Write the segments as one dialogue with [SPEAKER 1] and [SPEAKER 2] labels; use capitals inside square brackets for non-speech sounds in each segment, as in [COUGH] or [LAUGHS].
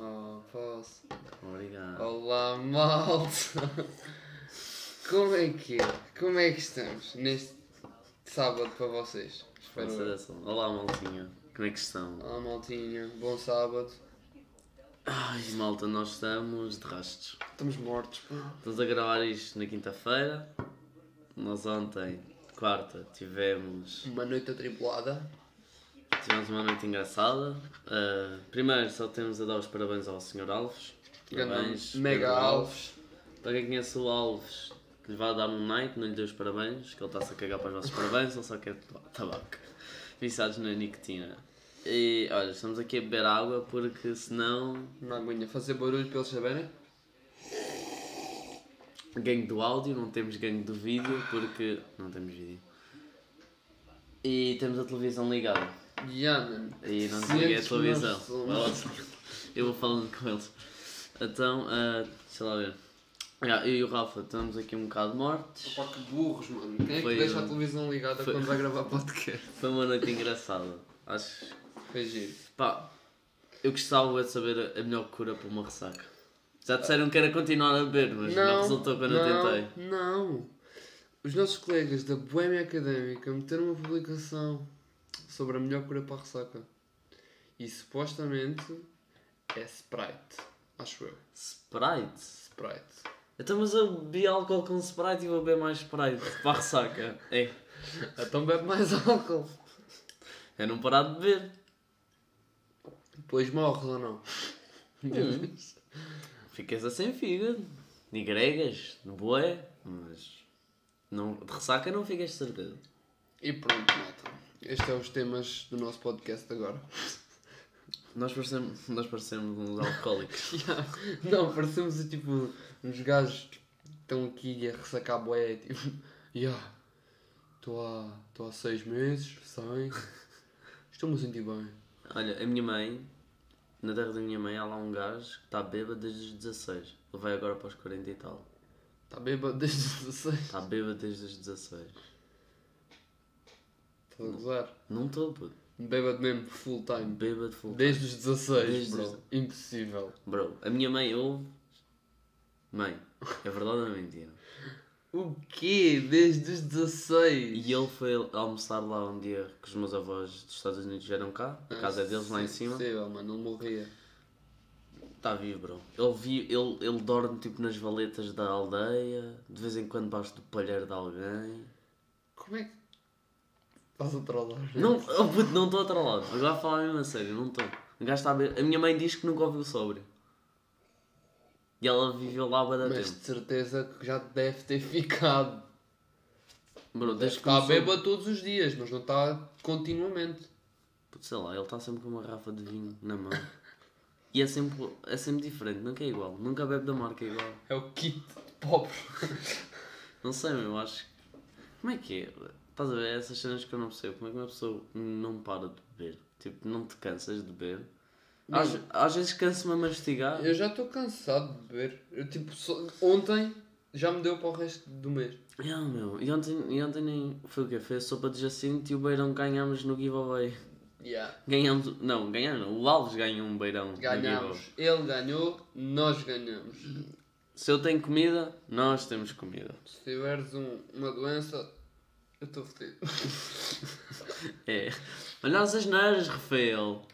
[SPEAKER 1] Oh, posso.
[SPEAKER 2] Obrigado.
[SPEAKER 1] Olá, malta! Como é que é? Como é que estamos neste sábado para vocês? Espero
[SPEAKER 2] Força
[SPEAKER 1] eu.
[SPEAKER 2] dessa. Olá, maltinha. Como é que estão?
[SPEAKER 1] Olá, maltinha. Bom sábado.
[SPEAKER 2] Ai, malta, nós estamos de rastos.
[SPEAKER 1] Estamos mortos, pá.
[SPEAKER 2] Estamos a gravar isto na quinta-feira. Nós ontem, quarta, tivemos,
[SPEAKER 1] Uma noite atribulada.
[SPEAKER 2] tivemos uma noite engraçada. Ah, primeiro, só temos a dar os parabéns ao Sr. Alves. Parabéns.
[SPEAKER 1] Grande Mega
[SPEAKER 2] Pedro
[SPEAKER 1] Alves.
[SPEAKER 2] Para quem conhece o Alves, que lhe vai dar um night, não lhe dê os parabéns, que ele está-se a cagar para os vossos parabéns, ele só quer to- tabaco. Viciados na nicotina. E olha, estamos aqui a beber água porque senão.
[SPEAKER 1] Uma aguinha. Fazer barulho para eles saberem.
[SPEAKER 2] Gangue do áudio, não temos gangue do vídeo porque. Não temos vídeo. E temos a televisão ligada.
[SPEAKER 1] Yaman.
[SPEAKER 2] E não desliguei a televisão. Vai lá,
[SPEAKER 1] Somos...
[SPEAKER 2] Eu vou falando com eles. Então, ah, deixa lá ver. Ah, eu e o Rafa estamos aqui um bocado mortos.
[SPEAKER 1] Pá, que burros, mano. Quem é que
[SPEAKER 2] Foi,
[SPEAKER 1] deixa a
[SPEAKER 2] um-
[SPEAKER 1] televisão ligada
[SPEAKER 2] foi-
[SPEAKER 1] quando
[SPEAKER 2] [LAUGHS]
[SPEAKER 1] vai gravar podcast?
[SPEAKER 2] Foi uma noite engraçada. Acho
[SPEAKER 1] Foi giro.
[SPEAKER 2] Pá, eu gostava de saber a- a melhor cura para uma ressaca. Já disseram que era continuar a beber, mas não, resultou quando eu tentei.
[SPEAKER 1] Não. Os nossos colegas da Boêmia Académica meteram uma publicação sobre a melhor cura para a ressaca. E supostamente é Sprite. Acho eu.
[SPEAKER 2] Sprite?
[SPEAKER 1] Sprite.
[SPEAKER 2] Então, mas eu bebi álcool com Sprite e vou beber mais Sprite para a ressaca. É,
[SPEAKER 1] Então bebe mais [LAUGHS] álcool.
[SPEAKER 2] é não parar de beber.
[SPEAKER 1] Depois morres ou não?
[SPEAKER 2] Hum. Ficas assim, fígado. De gregas, de boé, mas. Não, de ressaca não ficas de certeza.
[SPEAKER 1] E pronto, malta. Estes são os temas do nosso podcast agora.
[SPEAKER 2] Nós parecemos, [LAUGHS] nós parecemos uns alcoólicos.
[SPEAKER 1] Não, parecemos tipo uns gajos que estão aqui a ressacar boé, tipo, [LAUGHS] yeah, estou há, estou há seis meses, sem, estou-me a sentir bem.
[SPEAKER 2] Olha, a minha mãe, na terra da minha mãe, há lá um gajo que está bêbado desde os 16. Ele vai agora para os 40 e tal.
[SPEAKER 1] Está Tá bêbado desde os 16.
[SPEAKER 2] Está bêbado desde os 16.
[SPEAKER 1] Estás a gozar?
[SPEAKER 2] Não estou, puto.
[SPEAKER 1] Bêbado mesmo, full time.
[SPEAKER 2] Bêbado full.
[SPEAKER 1] Desde os 16,
[SPEAKER 2] Desde
[SPEAKER 1] bro.
[SPEAKER 2] os-
[SPEAKER 1] Impossível.
[SPEAKER 2] Bro, a minha mãe ouve. Mãe, é verdade ou é mentira?
[SPEAKER 1] O quê? Desde os 16?
[SPEAKER 2] E ele foi almoçar lá um dia que os meus avós dos Estados Unidos vieram cá, a casa deles lá em cima.
[SPEAKER 1] Ah, Impossível, mano, ele morria.
[SPEAKER 2] Está Tá vivo, bro. Ele, vi, ele, ele dorme tipo nas valetas da aldeia, de vez em quando debaixo do palheiro de alguém.
[SPEAKER 1] Como é que. Estás a trollar?
[SPEAKER 2] Não, oh, puto, não estou atrolado. Agora a falar mesmo a sério, não estou. O gajo está a ver- A minha mãe diz que nunca ouviu sobre. E ela viveu lá há bué da
[SPEAKER 1] Mas
[SPEAKER 2] tempo.
[SPEAKER 1] de certeza que já deve ter [LAUGHS] ficado.
[SPEAKER 2] Bro, desde que
[SPEAKER 1] Está
[SPEAKER 2] começou...
[SPEAKER 1] bêbado todos os dias, mas não está continuamente.
[SPEAKER 2] Puto, Sei lá, ele está sempre com uma garrafa de vinho na mão. E é sempre, é sempre diferente, nunca é igual. Nunca bebe da marca igual.
[SPEAKER 1] É o kit de
[SPEAKER 2] [LAUGHS]
[SPEAKER 1] pobre.
[SPEAKER 2] Não sei, meu, eu acho que... Como é que é? Estás a ver? Essas cenas que eu não percebo. Como é que uma pessoa não para de beber? Tipo, não te cansas de beber? Às, às vezes canso-me a mastigar.
[SPEAKER 1] Eu já estou cansado de beber. Eu, tipo, só- ontem já me deu para o resto do mês.
[SPEAKER 2] Yeah, oh, meu. E ontem, e ontem nem foi o quê? Foi a sopa de Jacinto e o Beirão que ganhámos no giveaway. [LAUGHS]
[SPEAKER 1] Yeah.
[SPEAKER 2] Ganhámos. Não, ganhámos. não. O Alves ganhou um Beirão. no giveaway.
[SPEAKER 1] Ganhámos. Ele ganhou, nós ganhamos.
[SPEAKER 2] Se eu tenho comida, nós temos comida.
[SPEAKER 1] Se tiveres um- uma doença, eu estou fodido.
[SPEAKER 2] É. Olha as asneiras, Rafael.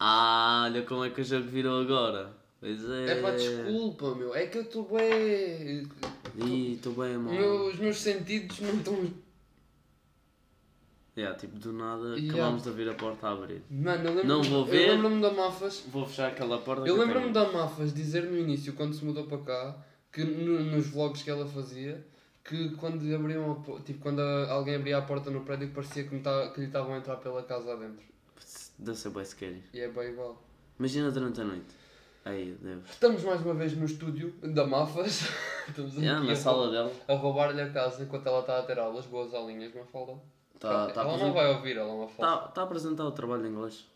[SPEAKER 2] Ah, olha como é que o jogo virou agora. Pois é.
[SPEAKER 1] É pá, desculpa, meu. É que eu estou bem.
[SPEAKER 2] Ih, estou bem,
[SPEAKER 1] O
[SPEAKER 2] mano.
[SPEAKER 1] meu- os meus sentidos não estão.
[SPEAKER 2] Yeah, tipo, do nada
[SPEAKER 1] Yeah.
[SPEAKER 2] acabámos de ouvir a porta a abrir.
[SPEAKER 1] Mano, eu
[SPEAKER 2] Não
[SPEAKER 1] lembro-me
[SPEAKER 2] vou ver.
[SPEAKER 1] eu lembro-me da Mafas.
[SPEAKER 2] Vou fechar aquela porta.
[SPEAKER 1] Eu lembro-me da Mafas dizer no início, quando se mudou para cá, que no- nos vlogs que ela fazia, que quando abriam a po- tipo, quando a- alguém abria a porta no prédio parecia que, me ta- que lhe estavam a entrar pela casa adentro.
[SPEAKER 2] Deve ser bem scary.
[SPEAKER 1] E é bem igual.
[SPEAKER 2] Imagina durante a noite. Ai, Deus.
[SPEAKER 1] Estamos mais uma vez no estúdio da Mafas. [LAUGHS] Estamos aqui
[SPEAKER 2] Yeah, na
[SPEAKER 1] a,
[SPEAKER 2] sala dela.
[SPEAKER 1] a roubar-lhe a casa enquanto ela está a ter aulas, boas aulinhas, Mafalda.
[SPEAKER 2] Está tá a,
[SPEAKER 1] ela não
[SPEAKER 2] apresen-
[SPEAKER 1] vai ouvir, ela Mafalda.
[SPEAKER 2] tá, tá a apresentar o trabalho em inglês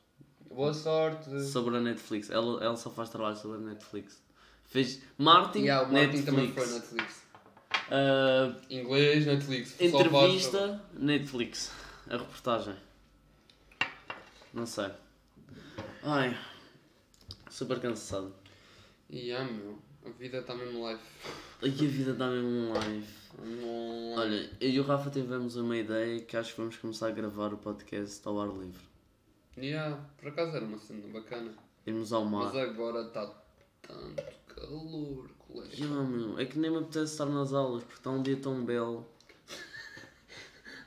[SPEAKER 1] Boa sorte.
[SPEAKER 2] sobre a Netflix. Ela, ela só faz trabalho sobre a Netflix. Fez Martin,
[SPEAKER 1] E yeah, o Martin
[SPEAKER 2] Netflix.
[SPEAKER 1] também foi Netflix.
[SPEAKER 2] Ah,
[SPEAKER 1] Inglês, Netflix. só faz-
[SPEAKER 2] entrevista, Netflix. A reportagem. Não sei. Ai, super cansado.
[SPEAKER 1] E ah, meu, a vida está mesmo live.
[SPEAKER 2] Ai, a vida dá mesmo um live.
[SPEAKER 1] Não-
[SPEAKER 2] Olha, eu e o Rafa tivemos uma ideia que acho que vamos começar a gravar o podcast ao ar livre.
[SPEAKER 1] Yeah, por acaso era uma cena bacana.
[SPEAKER 2] Irmos ao mar.
[SPEAKER 1] Mas agora está tanto calor, colega.
[SPEAKER 2] Yeah, meu, é que nem me apetece estar nas aulas porque está um dia tão belo.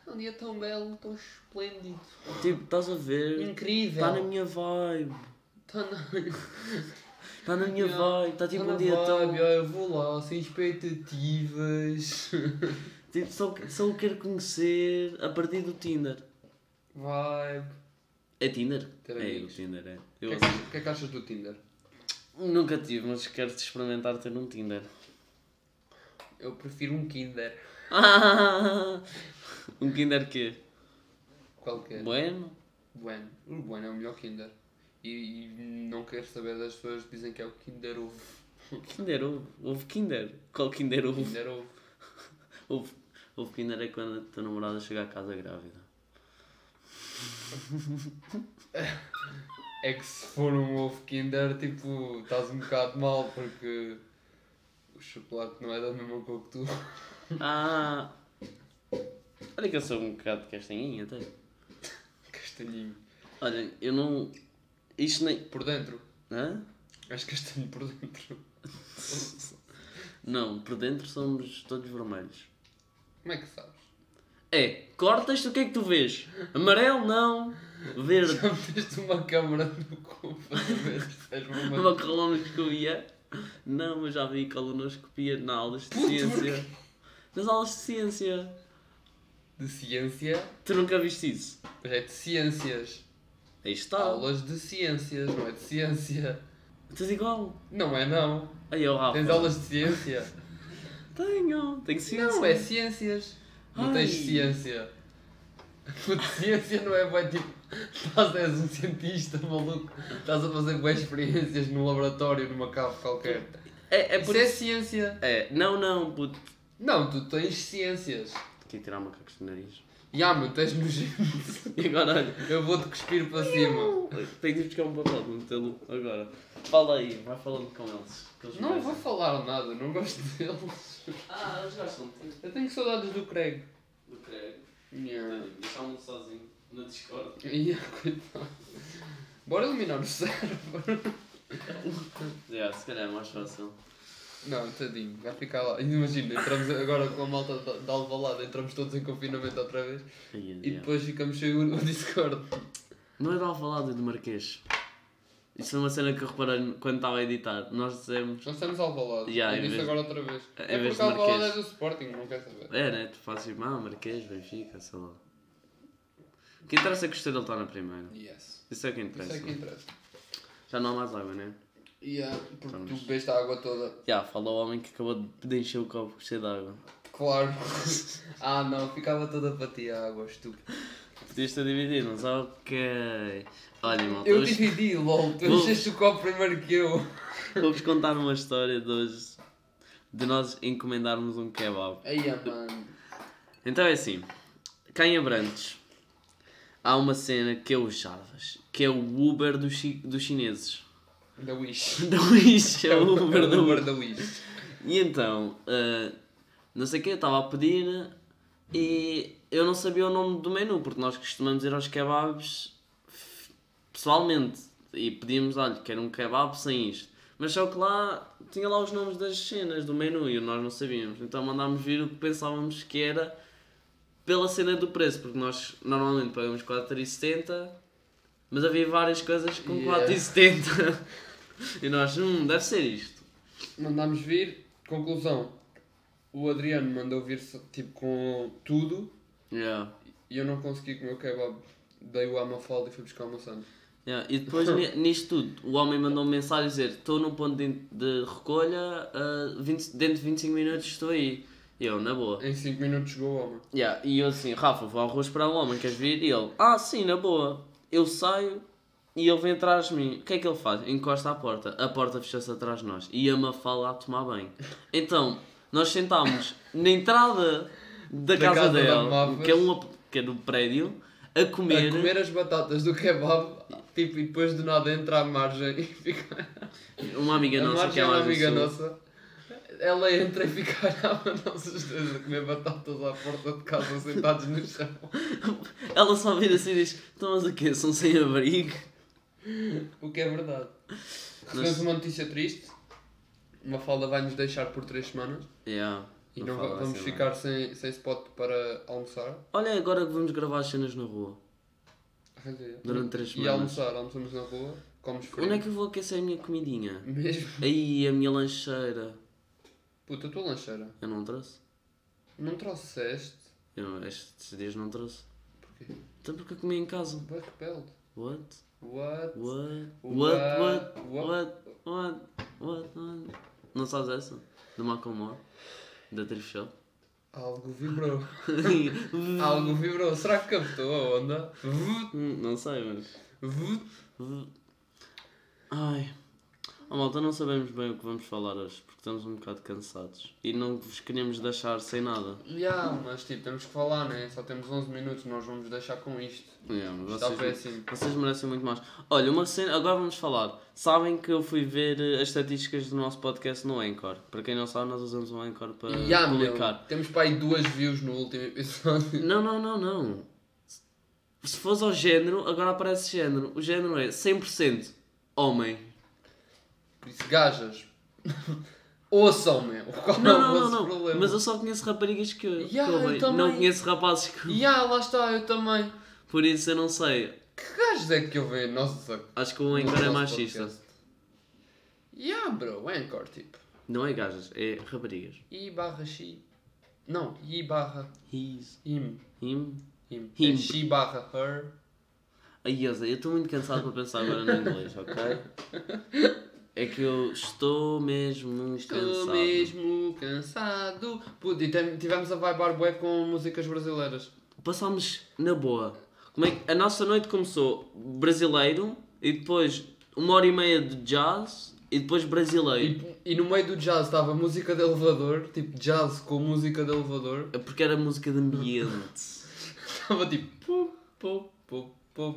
[SPEAKER 1] É um dia tão belo, tão esplêndido.
[SPEAKER 2] Tipo, estás a ver?
[SPEAKER 1] Incrível.
[SPEAKER 2] Está Tá na minha vibe.
[SPEAKER 1] Tá na-
[SPEAKER 2] Está na minha
[SPEAKER 1] Yeah.
[SPEAKER 2] vibe. Está tipo
[SPEAKER 1] tá na
[SPEAKER 2] um dia
[SPEAKER 1] vibe,
[SPEAKER 2] tão.
[SPEAKER 1] ó, Eu vou lá, sem expectativas. [LAUGHS]
[SPEAKER 2] Tipo, só, só o quero conhecer a partir do Tinder.
[SPEAKER 1] Vibe.
[SPEAKER 2] É Tinder?
[SPEAKER 1] Ter
[SPEAKER 2] é, o
[SPEAKER 1] amigos.
[SPEAKER 2] Tinder é.
[SPEAKER 1] O
[SPEAKER 2] Eu
[SPEAKER 1] que, é que- que é que achas do Tinder?
[SPEAKER 2] nunca tive, mas quero te experimentar ter um Tinder.
[SPEAKER 1] Eu prefiro um Kinder.
[SPEAKER 2] [LAUGHS] um Tinder quê? É.
[SPEAKER 1] Qualquer.
[SPEAKER 2] Bueno?
[SPEAKER 1] Bueno. O Bueno é o melhor Kinder. E, e não quero saber das pessoas que dizem que é o Kinder Ovo.
[SPEAKER 2] Kinder ovo. Ovo Kinder. Qual Kinder ovo?
[SPEAKER 1] Kinder Ovo.
[SPEAKER 2] Ovo, ovo Kinder é quando a tua namorada chega a casa grávida.
[SPEAKER 1] É que se for um ovo Kinder, tipo, estás um bocado mal porque o chocolate não é da mesma cor que tu. [LAUGHS]
[SPEAKER 2] Ah! Olha que eu sou um bocado castanhinho até.
[SPEAKER 1] Castanhinho.
[SPEAKER 2] Olha, eu não. Isto nem.
[SPEAKER 1] Por dentro.
[SPEAKER 2] Hã?
[SPEAKER 1] És castanho por dentro.
[SPEAKER 2] Não, por dentro somos todos vermelhos.
[SPEAKER 1] Como é que sabes?
[SPEAKER 2] É, cortas, o que é que tu vês? Amarelo, não. Verde. [LAUGHS]
[SPEAKER 1] Já meteste uma câmara no cu para ver se és uma
[SPEAKER 2] Uma colonoscopia? Não, mas já vi colonoscopia nas aulas de
[SPEAKER 1] Puto,
[SPEAKER 2] ciência. Nas aulas de ciência.
[SPEAKER 1] de ciência.
[SPEAKER 2] Tu nunca viste isso?
[SPEAKER 1] Mas é de ciências.
[SPEAKER 2] Aí está.
[SPEAKER 1] Aulas de ciências, não é de ciência.
[SPEAKER 2] Estás igual.
[SPEAKER 1] Não é não.
[SPEAKER 2] Aí eu, Rafa.
[SPEAKER 1] Tens aulas de ciência.
[SPEAKER 2] Tenho. Tenho ciência.
[SPEAKER 1] Não, é ciências. Não tens
[SPEAKER 2] Ai.
[SPEAKER 1] ciência. Puto, ciência não é bem tipo. Estás és um cientista maluco. Estás a fazer boas experiências num laboratório, numa cave qualquer.
[SPEAKER 2] É, é
[SPEAKER 1] Isso
[SPEAKER 2] por
[SPEAKER 1] é
[SPEAKER 2] isso.
[SPEAKER 1] ciência.
[SPEAKER 2] É, não, não, puto.
[SPEAKER 1] Não, tu tens ciências.
[SPEAKER 2] Tinha que tirar macacos do nariz. [LAUGHS]
[SPEAKER 1] E ah, meu, tens nojento.
[SPEAKER 2] E agora, olha.
[SPEAKER 1] [LAUGHS] Eu vou-te cuspir para cima.
[SPEAKER 2] Tenho de buscar um papel de metê-lo agora. Fala aí, vai falando com eles. que eles
[SPEAKER 1] Não
[SPEAKER 2] merecem.
[SPEAKER 1] vou falar nada, não gosto deles.
[SPEAKER 2] Ah, eles gostam de ti.
[SPEAKER 1] Eu tenho saudades do Craig.
[SPEAKER 2] Do Craig.
[SPEAKER 1] Yeah.
[SPEAKER 2] Deixavam-me sozinho na Discord.
[SPEAKER 1] Yeah, coitado. Bora eliminar o server.
[SPEAKER 2] Yeah, se calhar é mais fácil.
[SPEAKER 1] Não, tadinho, vai ficar lá. Imagina, entramos agora com a malta da- da Alvalade, entramos todos em confinamento outra vez e depois ficamos sem o o Discord.
[SPEAKER 2] Não é de Alvalade, é do Marquês. Isso é uma cena que eu reparei quando estava a editar. Nós dizemos...
[SPEAKER 1] Nós estamos Alvalade,
[SPEAKER 2] Yeah,
[SPEAKER 1] eu
[SPEAKER 2] em
[SPEAKER 1] disse
[SPEAKER 2] vez-
[SPEAKER 1] agora outra vez.
[SPEAKER 2] em
[SPEAKER 1] É
[SPEAKER 2] vez
[SPEAKER 1] porque
[SPEAKER 2] de
[SPEAKER 1] Alvalade é
[SPEAKER 2] Marquês.
[SPEAKER 1] do Sporting, não quer saber.
[SPEAKER 2] É, né? Tu fazes, ah, Marquês, Benfica, sei lá. O que interessa é que o Estrela está na primeira.
[SPEAKER 1] Yes.
[SPEAKER 2] Isso é o que
[SPEAKER 1] Isso
[SPEAKER 2] interessa.
[SPEAKER 1] é que interessa.
[SPEAKER 2] Já não há mais água, né?
[SPEAKER 1] Yeah, porque tu
[SPEAKER 2] Estamos-
[SPEAKER 1] bebeste a água toda.
[SPEAKER 2] Já, fala o homem que acabou de encher o copo cheio de água.
[SPEAKER 1] Claro. [LAUGHS] ah não, ficava toda para ti a água, estúpido.
[SPEAKER 2] Podias ter dividido, mas ok. Olha, malta,
[SPEAKER 1] Eu
[SPEAKER 2] hoje
[SPEAKER 1] dividi, lol, tu
[SPEAKER 2] Vou-
[SPEAKER 1] encheste o copo primeiro que eu.
[SPEAKER 2] vou-vos contar uma história de hoje. De nós encomendarmos um kebab.
[SPEAKER 1] Aí, mano.
[SPEAKER 2] Então é assim, cá em Abrantes há uma cena que é o Jarvas, que é o Uber dos, chi- dos chineses. [LAUGHS]
[SPEAKER 1] Da Wish.
[SPEAKER 2] Não isso, é o Uber [LAUGHS] do Uber.
[SPEAKER 1] da Wish.
[SPEAKER 2] E então, ah, não sei o que, eu estava a pedir e eu não sabia o nome do menu, porque nós costumamos ir aos kebabs f- pessoalmente e pedíamos, olha, quero um kebab sem isto. Mas só que lá tinha lá os nomes das cenas do menu e nós não sabíamos. Então mandámos vir o que pensávamos que era pela cena do preço, porque nós normalmente pagamos 4,70, mas havia várias coisas com
[SPEAKER 1] Yeah.
[SPEAKER 2] 4,70. [LAUGHS] e nós, hum, deve ser isto.
[SPEAKER 1] Mandámos vir, conclusão. O Adriano mandou vir tipo com tudo
[SPEAKER 2] Yeah.
[SPEAKER 1] e eu não consegui comer o kebab. Dei o à Mafalda e fui buscar uma maçã.
[SPEAKER 2] Yeah, E
[SPEAKER 1] [LAUGHS]
[SPEAKER 2] depois ni- nisto tudo, o homem mandou uma mensagem a dizer: Estou num ponto de, de recolha, ah, 20 dentro de 25 minutos estou aí. E eu, na boa.
[SPEAKER 1] Em 5 minutos chegou o homem.
[SPEAKER 2] Yeah, E eu assim: Rafa, vou ao rua esperar o homem, queres vir? E ele: Ah, sim, na boa. Eu saio e ele vem atrás de mim. O que é que ele faz? Encosta à porta. A porta fechou-se atrás de nós e a Mafalda a tomar banho. Então, nós sentámos na entrada da, casa,
[SPEAKER 1] casa da
[SPEAKER 2] dela, um
[SPEAKER 1] Mafas.
[SPEAKER 2] que é, uma, que é do prédio, a comer.
[SPEAKER 1] A comer as batatas do kebab, tipo, e depois do nada entra a margem e fica.
[SPEAKER 2] Uma amiga
[SPEAKER 1] a
[SPEAKER 2] nossa que
[SPEAKER 1] margem
[SPEAKER 2] é
[SPEAKER 1] é
[SPEAKER 2] lá
[SPEAKER 1] uma
[SPEAKER 2] do
[SPEAKER 1] amiga
[SPEAKER 2] sul.
[SPEAKER 1] nossa. Ela entra e fica a olhar para nós os dois a comer batatas à porta de casa sentados no chão.
[SPEAKER 2] [LAUGHS] Ela só vira assim e diz: Então, mas o quê? São sem abrigo?
[SPEAKER 1] O que é verdade.
[SPEAKER 2] Mas-
[SPEAKER 1] Recebemos uma notícia triste. Uma falda vai nos deixar por 3 semanas
[SPEAKER 2] Yeah,
[SPEAKER 1] e não,
[SPEAKER 2] fala
[SPEAKER 1] va- vamos
[SPEAKER 2] assim, não.
[SPEAKER 1] ficar sem, sem spot para almoçar.
[SPEAKER 2] Olha, agora que vamos gravar as cenas na rua.
[SPEAKER 1] Arranja-
[SPEAKER 2] Durante três
[SPEAKER 1] E
[SPEAKER 2] semanas.
[SPEAKER 1] almoçar, almoçamos na rua, comes frio.
[SPEAKER 2] Onde é que eu vou aquecer a minha comidinha?
[SPEAKER 1] Mesmo.
[SPEAKER 2] Aí, a minha lancheira.
[SPEAKER 1] Puta, a tua lancheira.
[SPEAKER 2] Eu não trouxe.
[SPEAKER 1] Não trouxeste?
[SPEAKER 2] Eu estes dias não trouxe.
[SPEAKER 1] Porquê?
[SPEAKER 2] Então porque eu comi em casa.
[SPEAKER 1] Boa rebelde.
[SPEAKER 2] What?
[SPEAKER 1] What?
[SPEAKER 2] What? What?
[SPEAKER 1] What?
[SPEAKER 2] What? What?
[SPEAKER 1] What?
[SPEAKER 2] What? What? What? Não sabes essa? Do Malcolm Moore? Da Thrift Shop? [LAUGHS]
[SPEAKER 1] Algo vibrou. Algo vibrou. Será que captou a onda? Vut,
[SPEAKER 2] Hum, não sei, mas...
[SPEAKER 1] vut.
[SPEAKER 2] Ai... Oh, malta, não sabemos bem o que vamos falar hoje, porque estamos um bocado cansados. E não vos queremos deixar sem nada.
[SPEAKER 1] Ya, mas tipo, temos que falar, né? Só temos 11 minutos, nós vamos deixar com isto. assim.
[SPEAKER 2] É, mas
[SPEAKER 1] Está
[SPEAKER 2] vocês-
[SPEAKER 1] péssimo.
[SPEAKER 2] Vocês merecem muito mais. Olha, uma cena, agora vamos falar. Sabem que eu fui ver eh, as estatísticas do nosso podcast no Anchor. Para quem não sabe, nós usamos o Anchor para
[SPEAKER 1] Ya, meu,
[SPEAKER 2] publicar.
[SPEAKER 1] Temos para aí duas views no último episódio.
[SPEAKER 2] Não, não, não, não. Se fores ao género, agora aparece género. O género é 100% homem.
[SPEAKER 1] Por isso, gajas. [LAUGHS] Ouçam, meu. Qual
[SPEAKER 2] Não,
[SPEAKER 1] é o
[SPEAKER 2] não, não,
[SPEAKER 1] vosso
[SPEAKER 2] não.
[SPEAKER 1] problema?
[SPEAKER 2] Mas eu só conheço raparigas que eu,
[SPEAKER 1] Ya,
[SPEAKER 2] que
[SPEAKER 1] eu
[SPEAKER 2] ouvem.
[SPEAKER 1] também.
[SPEAKER 2] Não conheço rapazes que.
[SPEAKER 1] Ya, ah, lá está, eu também.
[SPEAKER 2] Por isso eu não sei.
[SPEAKER 1] Que gajos é que eu vejo? Nossa,
[SPEAKER 2] Acho que o Anchor é machista.
[SPEAKER 1] Yeah, ah, bro, Anchor, tipo.
[SPEAKER 2] Não é gajas, é raparigas.
[SPEAKER 1] I barra she. Não, I barra
[SPEAKER 2] His.
[SPEAKER 1] him.
[SPEAKER 2] Him.
[SPEAKER 1] Him.
[SPEAKER 2] Him.
[SPEAKER 1] É she barra her.
[SPEAKER 2] Ai, eu sei, eu estou muito cansado para pensar agora no inglês, ok? É que eu estou mesmo
[SPEAKER 1] Estou
[SPEAKER 2] cansado.
[SPEAKER 1] mesmo cansado. Puto, e tem- tivemos a vibar bué com músicas brasileiras.
[SPEAKER 2] Passámos na boa. Como é que- A nossa noite começou brasileiro e depois uma hora e meia de jazz e depois brasileiro.
[SPEAKER 1] E, e no meio do jazz estava música de elevador, tipo jazz com música de elevador. [LAUGHS]
[SPEAKER 2] É Porque era música de ambiente.
[SPEAKER 1] Estava tipo. Pum, pum, pum, pum,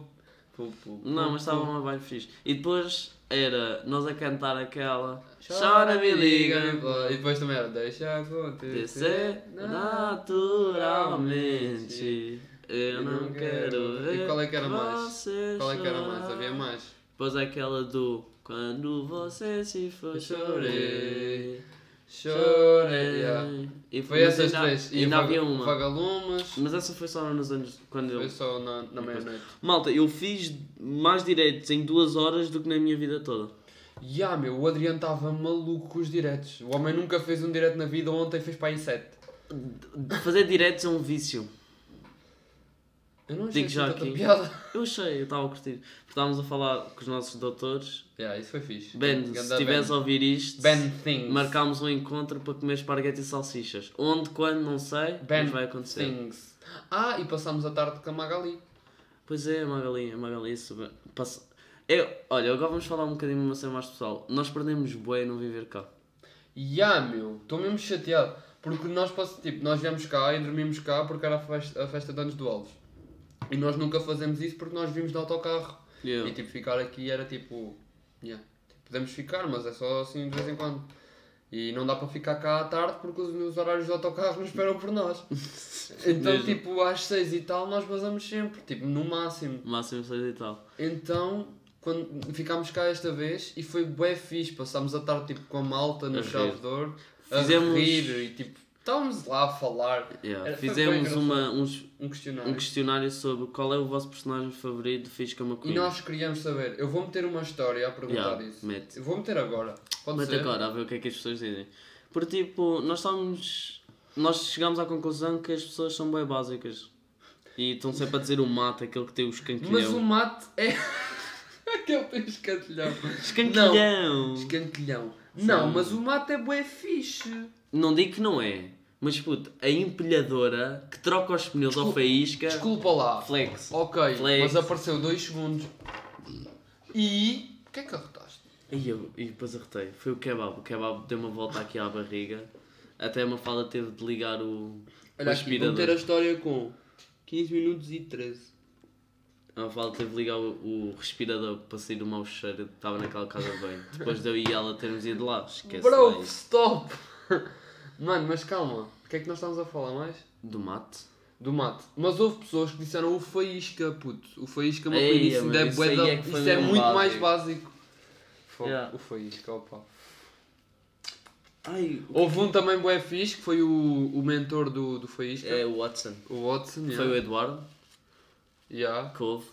[SPEAKER 1] pum, pum,
[SPEAKER 2] Não,
[SPEAKER 1] pum,
[SPEAKER 2] mas estava
[SPEAKER 1] pum.
[SPEAKER 2] uma vibe fixe. E depois era nós a cantar aquela
[SPEAKER 1] Chora, me liga, me
[SPEAKER 2] liga-me,
[SPEAKER 1] fala. E depois também era Deixa acontecer.
[SPEAKER 2] Acontecer naturalmente. Eu não quero ver.
[SPEAKER 1] E qual é que era mais?
[SPEAKER 2] você
[SPEAKER 1] Qual é que era mais?
[SPEAKER 2] chorar.
[SPEAKER 1] Havia mais?
[SPEAKER 2] Depois aquela do Quando você se for
[SPEAKER 1] Eu
[SPEAKER 2] chorei.
[SPEAKER 1] chorei, Chorei. yeah.
[SPEAKER 2] E
[SPEAKER 1] Foi essas
[SPEAKER 2] ainda,
[SPEAKER 1] três.
[SPEAKER 2] Ainda
[SPEAKER 1] vaga-
[SPEAKER 2] havia uma.
[SPEAKER 1] Vagalumas.
[SPEAKER 2] Mas essa foi só nos anos. Quando
[SPEAKER 1] Foi
[SPEAKER 2] eu...
[SPEAKER 1] só na, na meia-noite.
[SPEAKER 2] Malta, eu fiz mais direitos em duas horas do que na minha vida toda.
[SPEAKER 1] Ya, meu, o Adriano estava maluco com os diretos. O homem nunca fez um direto na vida, ontem fez para aí sete.
[SPEAKER 2] De- Fazer diretos é um vício.
[SPEAKER 1] Eu não achei
[SPEAKER 2] Digo já
[SPEAKER 1] assim tanta
[SPEAKER 2] aqui.
[SPEAKER 1] piada.
[SPEAKER 2] Eu achei, eu estava a curtir. Porque Estávamos a falar com os nossos doutores.
[SPEAKER 1] Ya, isso foi fixe.
[SPEAKER 2] Ben,
[SPEAKER 1] Ganda
[SPEAKER 2] se estiveres a ouvir isto,
[SPEAKER 1] Ben Things.
[SPEAKER 2] marcámos um encontro para comer esparguete e salsichas. Onde, quando, não sei,
[SPEAKER 1] Ben
[SPEAKER 2] mas vai acontecer.
[SPEAKER 1] Things. Ah, e passámos a tarde com a Magali.
[SPEAKER 2] Pois é, Magali, Magali, isso. bem- Passa... É, olha, agora vamos falar um bocadinho de uma cena mais pessoal. Nós perdemos bué não viver cá.
[SPEAKER 1] Ya, meu, estou mesmo chateado. Porque nós, pass- tipo, nós viemos cá e dormimos cá porque era a festa, a festa de anos do Alves. E nós nunca fazemos isso porque nós vimos de autocarro.
[SPEAKER 2] Yeah.
[SPEAKER 1] E tipo, ficar aqui era tipo. Yeah. Podemos ficar, mas é só assim de vez em quando. E não dá para ficar cá à tarde porque os, os horários de autocarro não esperam por nós. Então,
[SPEAKER 2] Mesmo.
[SPEAKER 1] tipo, às seis e tal nós vazamos sempre, tipo, no máximo.
[SPEAKER 2] Máximo 6 e tal.
[SPEAKER 1] Então, quando ficámos cá esta vez e foi bué fixe, passámos a tarde tipo com a malta
[SPEAKER 2] A
[SPEAKER 1] no
[SPEAKER 2] rir.
[SPEAKER 1] Chavedor, a
[SPEAKER 2] Fizemos-
[SPEAKER 1] rir e tipo, estávamos lá a falar,
[SPEAKER 2] Yeah.
[SPEAKER 1] Era- foi bem
[SPEAKER 2] Fizemos
[SPEAKER 1] engraçado.
[SPEAKER 2] uma, uns,
[SPEAKER 1] um questionário.
[SPEAKER 2] um questionário sobre qual é o vosso personagem favorito, fiz com uma
[SPEAKER 1] E
[SPEAKER 2] coisa.
[SPEAKER 1] nós queríamos saber, eu vou meter uma história a perguntar
[SPEAKER 2] Yeah,
[SPEAKER 1] isso.
[SPEAKER 2] mete.
[SPEAKER 1] Eu vou meter agora. Pode
[SPEAKER 2] Mas
[SPEAKER 1] ser?
[SPEAKER 2] agora, a ver o que é que as pessoas dizem. Porque tipo, nós estamos. Nós chegamos à conclusão que as pessoas são bem básicas. E estão sempre a dizer o mato, aquele que tem o
[SPEAKER 1] Mas o
[SPEAKER 2] escanquilhão.
[SPEAKER 1] mate é. [LAUGHS] Aquele tem escantilhão.
[SPEAKER 2] Escanquilhão!
[SPEAKER 1] Escantilhão. Não, mas o mate é bué fixe.
[SPEAKER 2] Não digo que não é, mas puto, a empilhadora que troca os pneus ao faísca.
[SPEAKER 1] Desculpa lá.
[SPEAKER 2] Flex.
[SPEAKER 1] Ok,
[SPEAKER 2] Flex.
[SPEAKER 1] mas apareceu 2 segundos. E. O que é que arrotaste?
[SPEAKER 2] E, eu, e depois arretei. Foi o kebab. O kebab deu uma volta aqui à barriga. Até uma fala teve de ligar o, o
[SPEAKER 1] Olha aqui, vou
[SPEAKER 2] aspirador.
[SPEAKER 1] meter a história com 15 minutos e 13.
[SPEAKER 2] A Mafalda teve de ligar o, o respirador para sair do mau cheiro que estava naquela casa de banho. Depois de eu e ela termos ido lá, esquece lá
[SPEAKER 1] Bro,
[SPEAKER 2] é isso.
[SPEAKER 1] stop! [LAUGHS] Mano, mas calma. O que é que nós estamos a falar mais?
[SPEAKER 2] Do mate.
[SPEAKER 1] Do mate. Mas houve pessoas que disseram o faísca, puto. O faísca é uma
[SPEAKER 2] Ei,
[SPEAKER 1] coisa isso
[SPEAKER 2] mano,
[SPEAKER 1] ainda é
[SPEAKER 2] isso
[SPEAKER 1] bué
[SPEAKER 2] aí
[SPEAKER 1] da-
[SPEAKER 2] é que foi
[SPEAKER 1] Isso é
[SPEAKER 2] mesmo
[SPEAKER 1] muito
[SPEAKER 2] básico.
[SPEAKER 1] mais básico. Fo-
[SPEAKER 2] Yeah.
[SPEAKER 1] O faísca, opa.
[SPEAKER 2] Ai, o-
[SPEAKER 1] Houve um também bué fixe, que foi o, o mentor do, do faísca.
[SPEAKER 2] é o Watson.
[SPEAKER 1] O Watson, yeah.
[SPEAKER 2] Foi o Eduardo
[SPEAKER 1] Yeah.
[SPEAKER 2] que houve.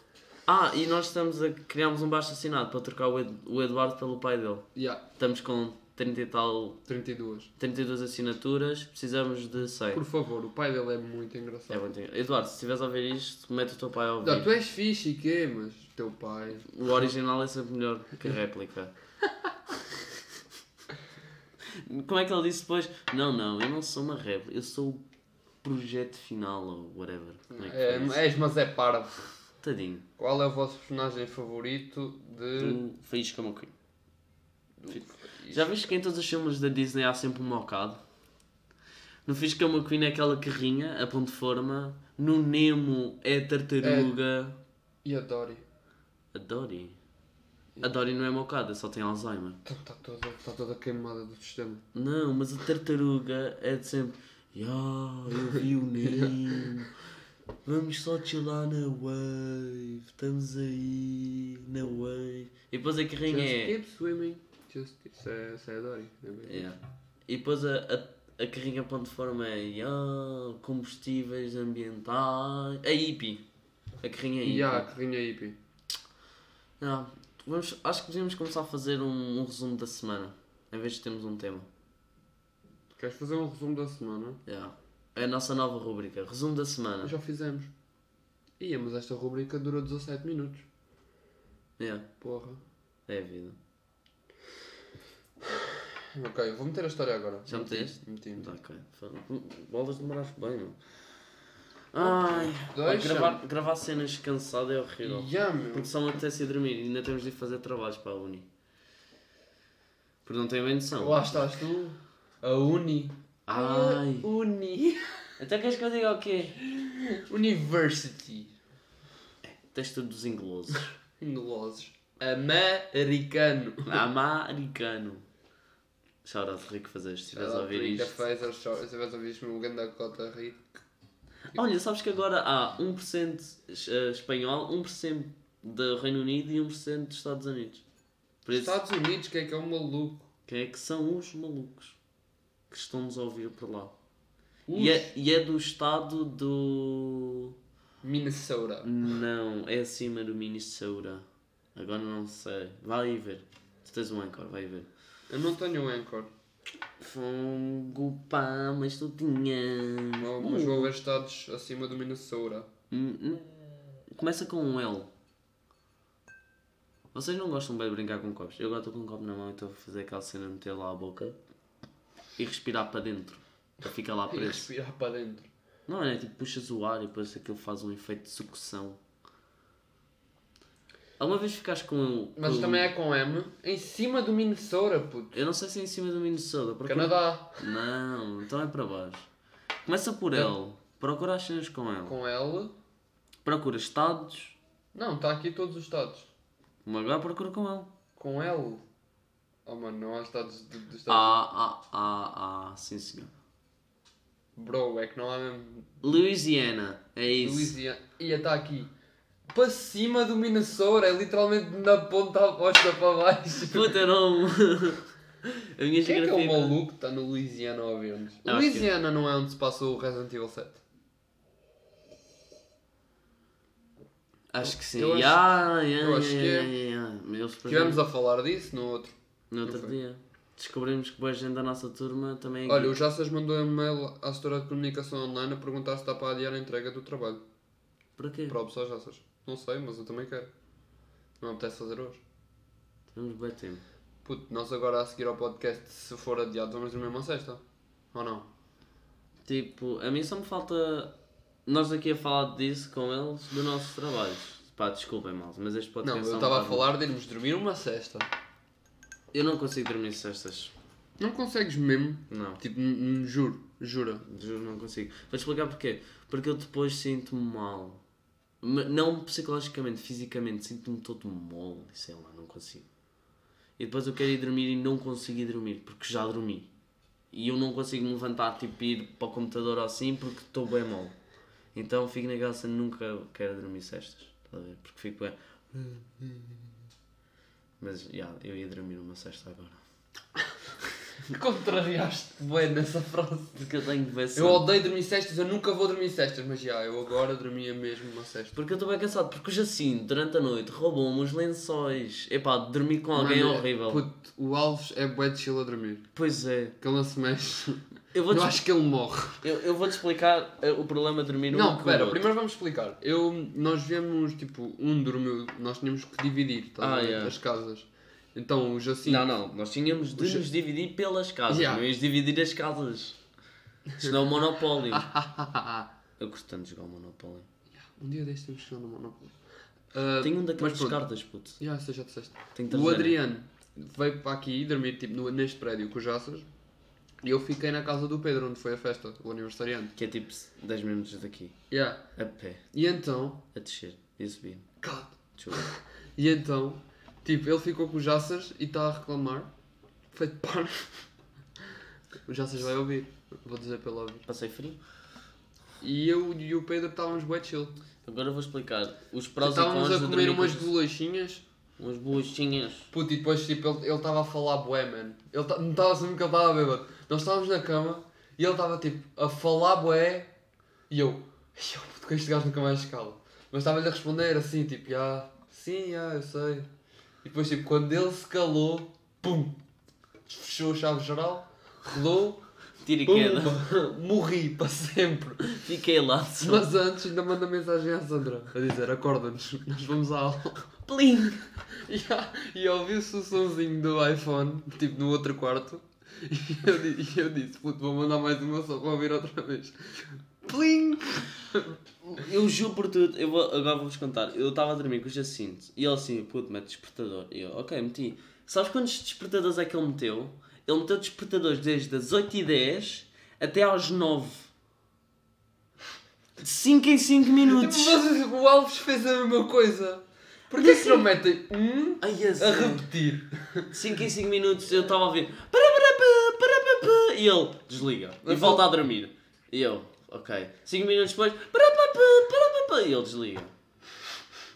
[SPEAKER 2] Ah, e nós estamos a criarmos um baixo assinado para trocar o, Ed- o Eduardo pelo pai dele.
[SPEAKER 1] Yeah.
[SPEAKER 2] Estamos com 30 e tal,
[SPEAKER 1] 32.
[SPEAKER 2] 32 assinaturas, precisamos de 100.
[SPEAKER 1] Por favor, o pai dele é muito
[SPEAKER 2] É
[SPEAKER 1] engraçado.
[SPEAKER 2] bom, tem- Eduardo, se estiveres a ouvir isto, mete o teu pai a ouvir.
[SPEAKER 1] Não, tu és fixe e quê, mas teu pai...
[SPEAKER 2] O original é sempre melhor que a réplica. [LAUGHS] Como é que ele disse depois? Não, não, eu não sou uma réplica, eu sou o projeto final ou whatever. Como é que
[SPEAKER 1] É,
[SPEAKER 2] foi isso?
[SPEAKER 1] és, mas é parvo.
[SPEAKER 2] Tadinho.
[SPEAKER 1] Qual é o vosso personagem favorito de...
[SPEAKER 2] Tu fez como que Já viste que em todos os filmes da Disney há sempre um mocado? No Fisca McQueen é aquela carrinha, a ponto de forma. No Nemo é a tartaruga.
[SPEAKER 1] E a Dory.
[SPEAKER 2] A Dory. A Dory não é mocada, só tem Alzheimer.
[SPEAKER 1] Está toda, tá toda queimada do sistema.
[SPEAKER 2] Não, mas a tartaruga é de sempre. Ya, eu vi o Nemo. Vamos só chillar na wave. Estamos aí, na wave. E depois a carrinha é.
[SPEAKER 1] Just keep swimming. Just keep... Isso é, isso é a Dory. não é mesmo?
[SPEAKER 2] Yeah. E depois a, a, a carrinha ponto de forma é "Ah, combustíveis ambientais. A hippie. A carrinha hippie.
[SPEAKER 1] E há a carrinha hippie.
[SPEAKER 2] Não, vamos, acho que devíamos começar a fazer um, um resumo da semana. Em vez de termos um tema.
[SPEAKER 1] Queres fazer um resumo da semana?
[SPEAKER 2] Yeah. É a nossa nova rubrica. Resumo da semana.
[SPEAKER 1] Já fizemos. Ia, mas esta rubrica durou 17 minutos.
[SPEAKER 2] Yeah.
[SPEAKER 1] Porra.
[SPEAKER 2] É a vida.
[SPEAKER 1] Ok, eu vou meter a história agora.
[SPEAKER 2] Já
[SPEAKER 1] Meti,
[SPEAKER 2] meteste?
[SPEAKER 1] Meti.
[SPEAKER 2] Tá, ok. Foda- Bolas demoraste bem, mano. Ai. Olha,
[SPEAKER 1] Deixa-me.
[SPEAKER 2] gravar, gravar cenas cansado é horrível.
[SPEAKER 1] Ya, meu.
[SPEAKER 2] Porque só me apetece ir dormir e ainda temos de ir fazer trabalhos para a Uni. Porque não tenho bem noção.
[SPEAKER 1] Lá estás tu. A Uni.
[SPEAKER 2] Ai.
[SPEAKER 1] A Uni.
[SPEAKER 2] Então queres que eu diga o quê?
[SPEAKER 1] University.
[SPEAKER 2] Texto dos [LAUGHS] ingleses.
[SPEAKER 1] Ingloses. Americano.
[SPEAKER 2] Americano. Shout out é Rico Fazeres, se estiveres a ouvir
[SPEAKER 1] Ainda
[SPEAKER 2] isto.
[SPEAKER 1] fez as show- Se tivesse a ouvir isto, meu grande cota rico.
[SPEAKER 2] Olha, sabes que agora há 1% es- eh, espanhol, 1% do Reino Unido e 1% dos Estados Unidos. Por isso,
[SPEAKER 1] Estados Unidos, quem é que é um maluco?
[SPEAKER 2] quem é que são os malucos que estão-nos a ouvir por lá?
[SPEAKER 1] Os
[SPEAKER 2] E é- e é do estado do.
[SPEAKER 1] Minnesota.
[SPEAKER 2] Não, é acima do Minnesota. Agora não sei. Vai aí ver. Tu tens um Anchor, vai aí ver.
[SPEAKER 1] Eu não tenho um Anchor.
[SPEAKER 2] Fogo, pá, mas tu tinhas.
[SPEAKER 1] Não, Mas vou ver estados acima do Minnesota.
[SPEAKER 2] Hum, hum. Começa com um L. Vocês não gostam bem de brincar com copos. Eu agora estou com um copo na mão e estou a fazer aquela cena de meter lá a boca e respirar para dentro. Para ficar lá
[SPEAKER 1] E
[SPEAKER 2] preso.
[SPEAKER 1] respirar para dentro.
[SPEAKER 2] Não, é tipo puxas o ar e depois aquilo faz um efeito de sucção. Alguma vez ficaste com.
[SPEAKER 1] Mas
[SPEAKER 2] com-
[SPEAKER 1] também é com M. Em cima do Minnesota, puto.
[SPEAKER 2] Eu não sei se é em cima do Minnesota. Procura...
[SPEAKER 1] Canadá.
[SPEAKER 2] Não, então é para baixo. Começa por
[SPEAKER 1] É.
[SPEAKER 2] L. Procura as cenas com L.
[SPEAKER 1] Com L.
[SPEAKER 2] Procura estados.
[SPEAKER 1] Não, está aqui todos os estados.
[SPEAKER 2] Mas agora procura com L.
[SPEAKER 1] Com L. Oh mano, não há estados de- dos estados.
[SPEAKER 2] Ah, ah, ah, ah, sim senhor.
[SPEAKER 1] Bro, é que não há mesmo.
[SPEAKER 2] Louisiana, é isso.
[SPEAKER 1] Louisiana. Ia está aqui. Para cima do Minnesota, é literalmente na ponta oposta para
[SPEAKER 2] [LAUGHS]
[SPEAKER 1] baixo.
[SPEAKER 2] Puta
[SPEAKER 1] [LAUGHS]
[SPEAKER 2] não. A minha
[SPEAKER 1] Quem é que é
[SPEAKER 2] geografia.
[SPEAKER 1] o maluco que está no Louisiana a ouvir-nos?
[SPEAKER 2] Eu né? acho que-
[SPEAKER 1] Louisiana não é onde se passou o Resident Evil 7.
[SPEAKER 2] Acho que sim.
[SPEAKER 1] Eu acho-
[SPEAKER 2] Ya, ya,
[SPEAKER 1] eu acho
[SPEAKER 2] ya,
[SPEAKER 1] que é.
[SPEAKER 2] ya, ya, ya. Mas eles
[SPEAKER 1] Estivemos a falar disso no outro.
[SPEAKER 2] No outro
[SPEAKER 1] Não foi.
[SPEAKER 2] dia. Descobrimos que boa gente da nossa turma também é
[SPEAKER 1] Olha,
[SPEAKER 2] gay.
[SPEAKER 1] o Jassas mandou um e-mail à história de comunicação online a perguntar se está para adiar a entrega do trabalho.
[SPEAKER 2] Para quê?
[SPEAKER 1] Para o Jassas. Não sei, mas eu também quero. Não me apetece fazer hoje.
[SPEAKER 2] Tivemos bem tempo.
[SPEAKER 1] Puto, nós agora a seguir ao podcast, se for adiado, vamos na mesma sexta. Ou não?
[SPEAKER 2] Tipo, a mim só me falta. Nós aqui a falar disso com eles, do nosso trabalho. Pá, desculpem, mal, mas este
[SPEAKER 1] Não,
[SPEAKER 2] podcast.
[SPEAKER 1] eu
[SPEAKER 2] é um
[SPEAKER 1] estava a
[SPEAKER 2] bocado-
[SPEAKER 1] falar de irmos dormir uma sexta.
[SPEAKER 2] Eu não consigo dormir sextas.
[SPEAKER 1] Não consegues mesmo?
[SPEAKER 2] Não,
[SPEAKER 1] Tipo, n- n- juro, jura.
[SPEAKER 2] juro, não consigo. Vou te explicar porquê. Porque eu depois sinto-me mal. Ma- Não psicologicamente, fisicamente, sinto-me todo mole, sei lá, não consigo. E depois eu quero ir dormir e não consigo ir dormir, porque já dormi. E eu não consigo me levantar, tipo, ir para o computador ou assim, porque estou bem mole. Então fico naquela cena, nunca quero dormir cestas, estás a ver? Porque fico bem... Mas, já, eu ia dormir uma cesta agora.
[SPEAKER 1] Contrariaste bem nessa frase.
[SPEAKER 2] Porque eu tenho que ver
[SPEAKER 1] Eu odeio dormir cestas, eu nunca vou dormir cestas, mas já, eu agora dormia mesmo uma cesta.
[SPEAKER 2] Porque eu estou bem cansado, porque o Jacinto, durante a noite, roubou-me os lençóis. Epá, dormir com alguém
[SPEAKER 1] Mano,
[SPEAKER 2] é horrível.
[SPEAKER 1] Puto, o Alves é bué de chill a dormir.
[SPEAKER 2] Pois é.
[SPEAKER 1] Que ele não se mexe.
[SPEAKER 2] Eu vou-te
[SPEAKER 1] Eu acho que ele morre.
[SPEAKER 2] Eu, eu vou-te explicar eh, o problema de dormir
[SPEAKER 1] Não,
[SPEAKER 2] um com o
[SPEAKER 1] espera,
[SPEAKER 2] outro.
[SPEAKER 1] primeiro vamos explicar. Eu, nós viemos, tipo, um dormiu, nós tínhamos que dividir estás a
[SPEAKER 2] Ah,
[SPEAKER 1] ver,
[SPEAKER 2] yeah.
[SPEAKER 1] as casas. Então o Jacinto.
[SPEAKER 2] Não, não, nós tínhamos de
[SPEAKER 1] Os-
[SPEAKER 2] nos dividir pelas casas,
[SPEAKER 1] Yeah.
[SPEAKER 2] não íamos dividir as casas. Senão é o
[SPEAKER 1] [LAUGHS]
[SPEAKER 2] Monopólio.
[SPEAKER 1] um
[SPEAKER 2] Eu gosto tanto de jogar o Monopólio.
[SPEAKER 1] dia deste temos que chegar no Monopólio. Ah,
[SPEAKER 2] Tenho um daqueles
[SPEAKER 1] mas pronto.
[SPEAKER 2] cartas, puto.
[SPEAKER 1] Já, isso eu já disseste.
[SPEAKER 2] Tenho que
[SPEAKER 1] O
[SPEAKER 2] trazer.
[SPEAKER 1] Adriano veio para aqui dormir tipo, no- neste prédio com os Jassas e eu fiquei na casa do Pedro, onde foi a festa, o aniversariante.
[SPEAKER 2] Que é tipo 10 minutos daqui.
[SPEAKER 1] Yeah.
[SPEAKER 2] A pé,
[SPEAKER 1] E então.
[SPEAKER 2] a descer, e a subir.
[SPEAKER 1] God.
[SPEAKER 2] Desculpa.
[SPEAKER 1] E então, tipo, ele ficou com os Jassas e está a reclamar. Feito par. [LAUGHS] O Jassas vai ouvir, vou dizer para ele ouvir.
[SPEAKER 2] Passei frio.
[SPEAKER 1] E eu e o Pedro estávamos bué chill.
[SPEAKER 2] Agora vou explicar os prós e
[SPEAKER 1] Estávamos
[SPEAKER 2] cons
[SPEAKER 1] a
[SPEAKER 2] de
[SPEAKER 1] comer
[SPEAKER 2] dormir
[SPEAKER 1] umas
[SPEAKER 2] com...
[SPEAKER 1] bolachinhas
[SPEAKER 2] umas bolachinhas.
[SPEAKER 1] Puto, e depois tipo, ele ele estava a falar bué, mano. Ele ta- não estava sabendo que ele estava bêbado. Nós estávamos na cama e ele estava tipo a falar bué e eu, eu puto, com este gajo nunca mais se cala. Mas estava-lhe a responder assim, tipo, ah, sim, ah, eu sei. E depois tipo, quando ele se calou, pum, fechou a chave geral, rodou,
[SPEAKER 2] Tira e
[SPEAKER 1] pum, [LAUGHS]
[SPEAKER 2] queda.
[SPEAKER 1] morri para sempre.
[SPEAKER 2] Fiquei lá só.
[SPEAKER 1] Mas antes ainda manda mensagem à Sandra a dizer, acorda-nos, nós vamos à aula. [LAUGHS]
[SPEAKER 2] Plim!
[SPEAKER 1] E, a- e ouviu-se o sonzinho do iPhone, tipo no outro quarto. [LAUGHS] E eu, di- e eu disse: Puto, vou mandar mais uma só para ouvir outra vez. Tipo, Pling!
[SPEAKER 2] Eu juro por tudo, eu vou, agora vou-vos contar. Eu estava a dormir com o Jacinto e ele assim, puto, mete despertador. E eu, ok, meti. Sabes quantos despertadores é que ele meteu? Ele meteu despertadores desde as 8h10 até às 9 De 5 em 5 minutos.
[SPEAKER 1] Tipo, Mas o Alves fez a mesma coisa. Porquê que não metem um
[SPEAKER 2] Ai, yes.
[SPEAKER 1] a repetir?
[SPEAKER 2] 5 em 5 minutos eu estava a ouvir. "Para, para, para, para, para, para", E ele desliga e
[SPEAKER 1] Mas
[SPEAKER 2] volta a dormir. E eu, ok. 5 minutos depois. "Para, para, para, para, para, para", E ele desliga.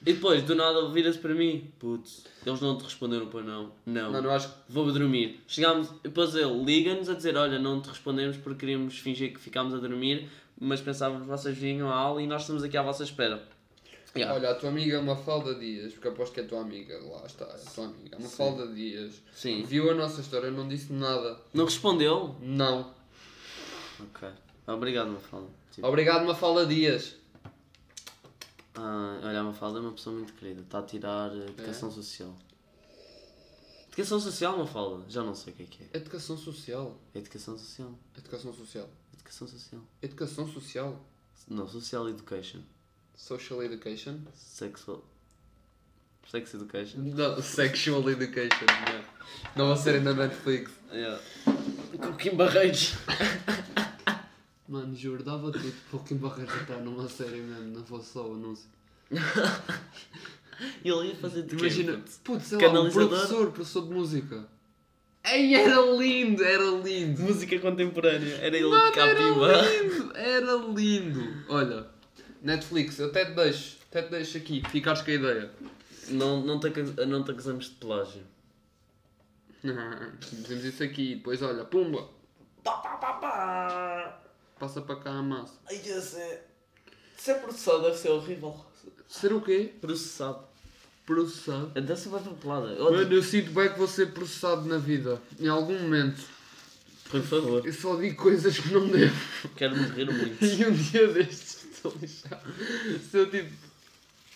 [SPEAKER 2] E depois, do nada, ele vira-se para mim. Putz, eles não te responderam para não. Não.
[SPEAKER 1] Mano, eu acho que.
[SPEAKER 2] Vou dormir. Chegámos, depois ele liga-nos a dizer: Olha, não te respondemos porque queríamos fingir que ficámos a dormir, mas pensávamos que vocês vinham à aula e nós estamos aqui à vossa espera. Yeah.
[SPEAKER 1] Olha, a tua amiga é Mafalda Dias, porque aposto que é a tua amiga, lá está, é a tua amiga. A Mafalda Dias
[SPEAKER 2] Sim.
[SPEAKER 1] viu a nossa história, não disse nada.
[SPEAKER 2] Não respondeu?
[SPEAKER 1] Não.
[SPEAKER 2] Ok. Obrigado, Mafalda. Tipo,
[SPEAKER 1] Obrigado, Mafalda Dias.
[SPEAKER 2] Ah, olha, a Mafalda é uma pessoa muito querida. Está a tirar eh, Educação Social. Educação Social, Mafalda? Já não sei o que é que é.
[SPEAKER 1] Educação social.
[SPEAKER 2] Educação Social.
[SPEAKER 1] Educação social.
[SPEAKER 2] Educação Social.
[SPEAKER 1] Educação social.
[SPEAKER 2] Não, Social Education.
[SPEAKER 1] Social education?
[SPEAKER 2] Sexual. Sex Education.
[SPEAKER 1] Não, sexual education, não. Não vou ser ainda Netflix.
[SPEAKER 2] Yeah. Com Kim Barreiros.
[SPEAKER 1] Mano, juro, dava tudo para o Kim Barreiro estar numa série mesmo, não fosse só o anúncio.
[SPEAKER 2] [LAUGHS] Ele ia fazer de quê,
[SPEAKER 1] Imagina,
[SPEAKER 2] puto?
[SPEAKER 1] putz, sei lá, um
[SPEAKER 2] Canalizador?
[SPEAKER 1] professor, professor de música. Ei, era lindo, era lindo.
[SPEAKER 2] Música contemporânea. Era ele de
[SPEAKER 1] Mano, era
[SPEAKER 2] capiba.
[SPEAKER 1] lindo, era lindo. Olha, Netflix, eu até te deixo, até te deixo aqui, ficares com a ideia. [LAUGHS]
[SPEAKER 2] Não, não, te, acus- não te acusamos de plágio.
[SPEAKER 1] Dizemos isso aqui, depois olha, pumba,
[SPEAKER 2] Pá, pá, pá, pá.
[SPEAKER 1] passa para cá a massa.
[SPEAKER 2] Ai, esse é... Se é processado deve ser horrível.
[SPEAKER 1] Ser o quê?
[SPEAKER 2] Processado.
[SPEAKER 1] Processado.
[SPEAKER 2] A dança vai papelada.
[SPEAKER 1] Mano, eu sinto bem que vou ser processado na vida, em algum momento.
[SPEAKER 2] Por favor,
[SPEAKER 1] Eu só digo coisas que não devo. [LAUGHS]
[SPEAKER 2] quero morrer muito.
[SPEAKER 1] E um dia destes [LAUGHS] estou lixado. Se eu tipo.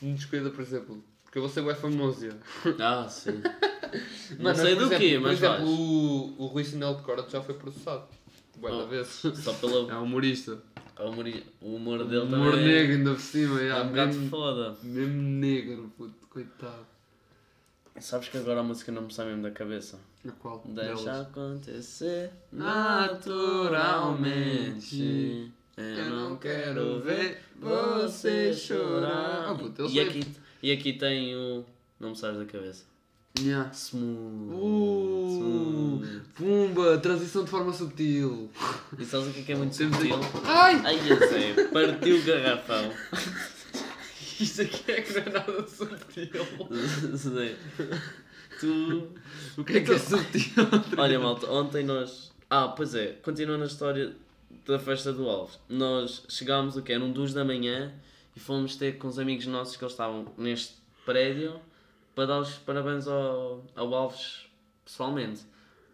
[SPEAKER 1] Me descuida, por exemplo. Porque eu vou ser bem famoso. já.
[SPEAKER 2] [LAUGHS] Ah, sim. Não
[SPEAKER 1] Mano,
[SPEAKER 2] sei
[SPEAKER 1] por
[SPEAKER 2] do
[SPEAKER 1] exemplo-
[SPEAKER 2] quê, mas
[SPEAKER 1] Por
[SPEAKER 2] vais.
[SPEAKER 1] exemplo, o, o Rui Sinel de Corte já foi processado. Bué da
[SPEAKER 2] Oh.
[SPEAKER 1] vez.
[SPEAKER 2] Só pelo
[SPEAKER 1] É humorista.
[SPEAKER 2] o humor, o humor dele
[SPEAKER 1] Humor
[SPEAKER 2] também é-
[SPEAKER 1] negro ainda por cima.
[SPEAKER 2] é
[SPEAKER 1] já.
[SPEAKER 2] um bocado
[SPEAKER 1] mesmo,
[SPEAKER 2] foda.
[SPEAKER 1] mesmo negro, puto. Coitado.
[SPEAKER 2] Sabes que agora a música não me sai mesmo da cabeça.
[SPEAKER 1] Na qual?
[SPEAKER 2] Deixa
[SPEAKER 1] delas?
[SPEAKER 2] acontecer
[SPEAKER 1] Naturalmente.
[SPEAKER 2] naturalmente. Eu não quero ver você chorar.
[SPEAKER 1] Ah, puta, eu
[SPEAKER 2] e,
[SPEAKER 1] sei.
[SPEAKER 2] aqui, e aqui tem o. Não me sais da cabeça.
[SPEAKER 1] Nha.
[SPEAKER 2] Smooth.
[SPEAKER 1] Uh, pumba, transição de forma subtil.
[SPEAKER 2] E sabes o que é, que é muito
[SPEAKER 1] Temos
[SPEAKER 2] sutil?
[SPEAKER 1] Ai!
[SPEAKER 2] Ai, eu sei, partiu o garrafão. [LAUGHS]
[SPEAKER 1] Isto aqui é que não é nada subtil.
[SPEAKER 2] Sei. tu.
[SPEAKER 1] O que é que é subtil?
[SPEAKER 2] Olha, malta, ontem nós. Ah, pois é, continuando a história da festa do Alves. Nós chegámos, o que? Eram duas da manhã e fomos ter com os amigos nossos que eles estavam neste prédio para dar os parabéns ao, ao Alves pessoalmente.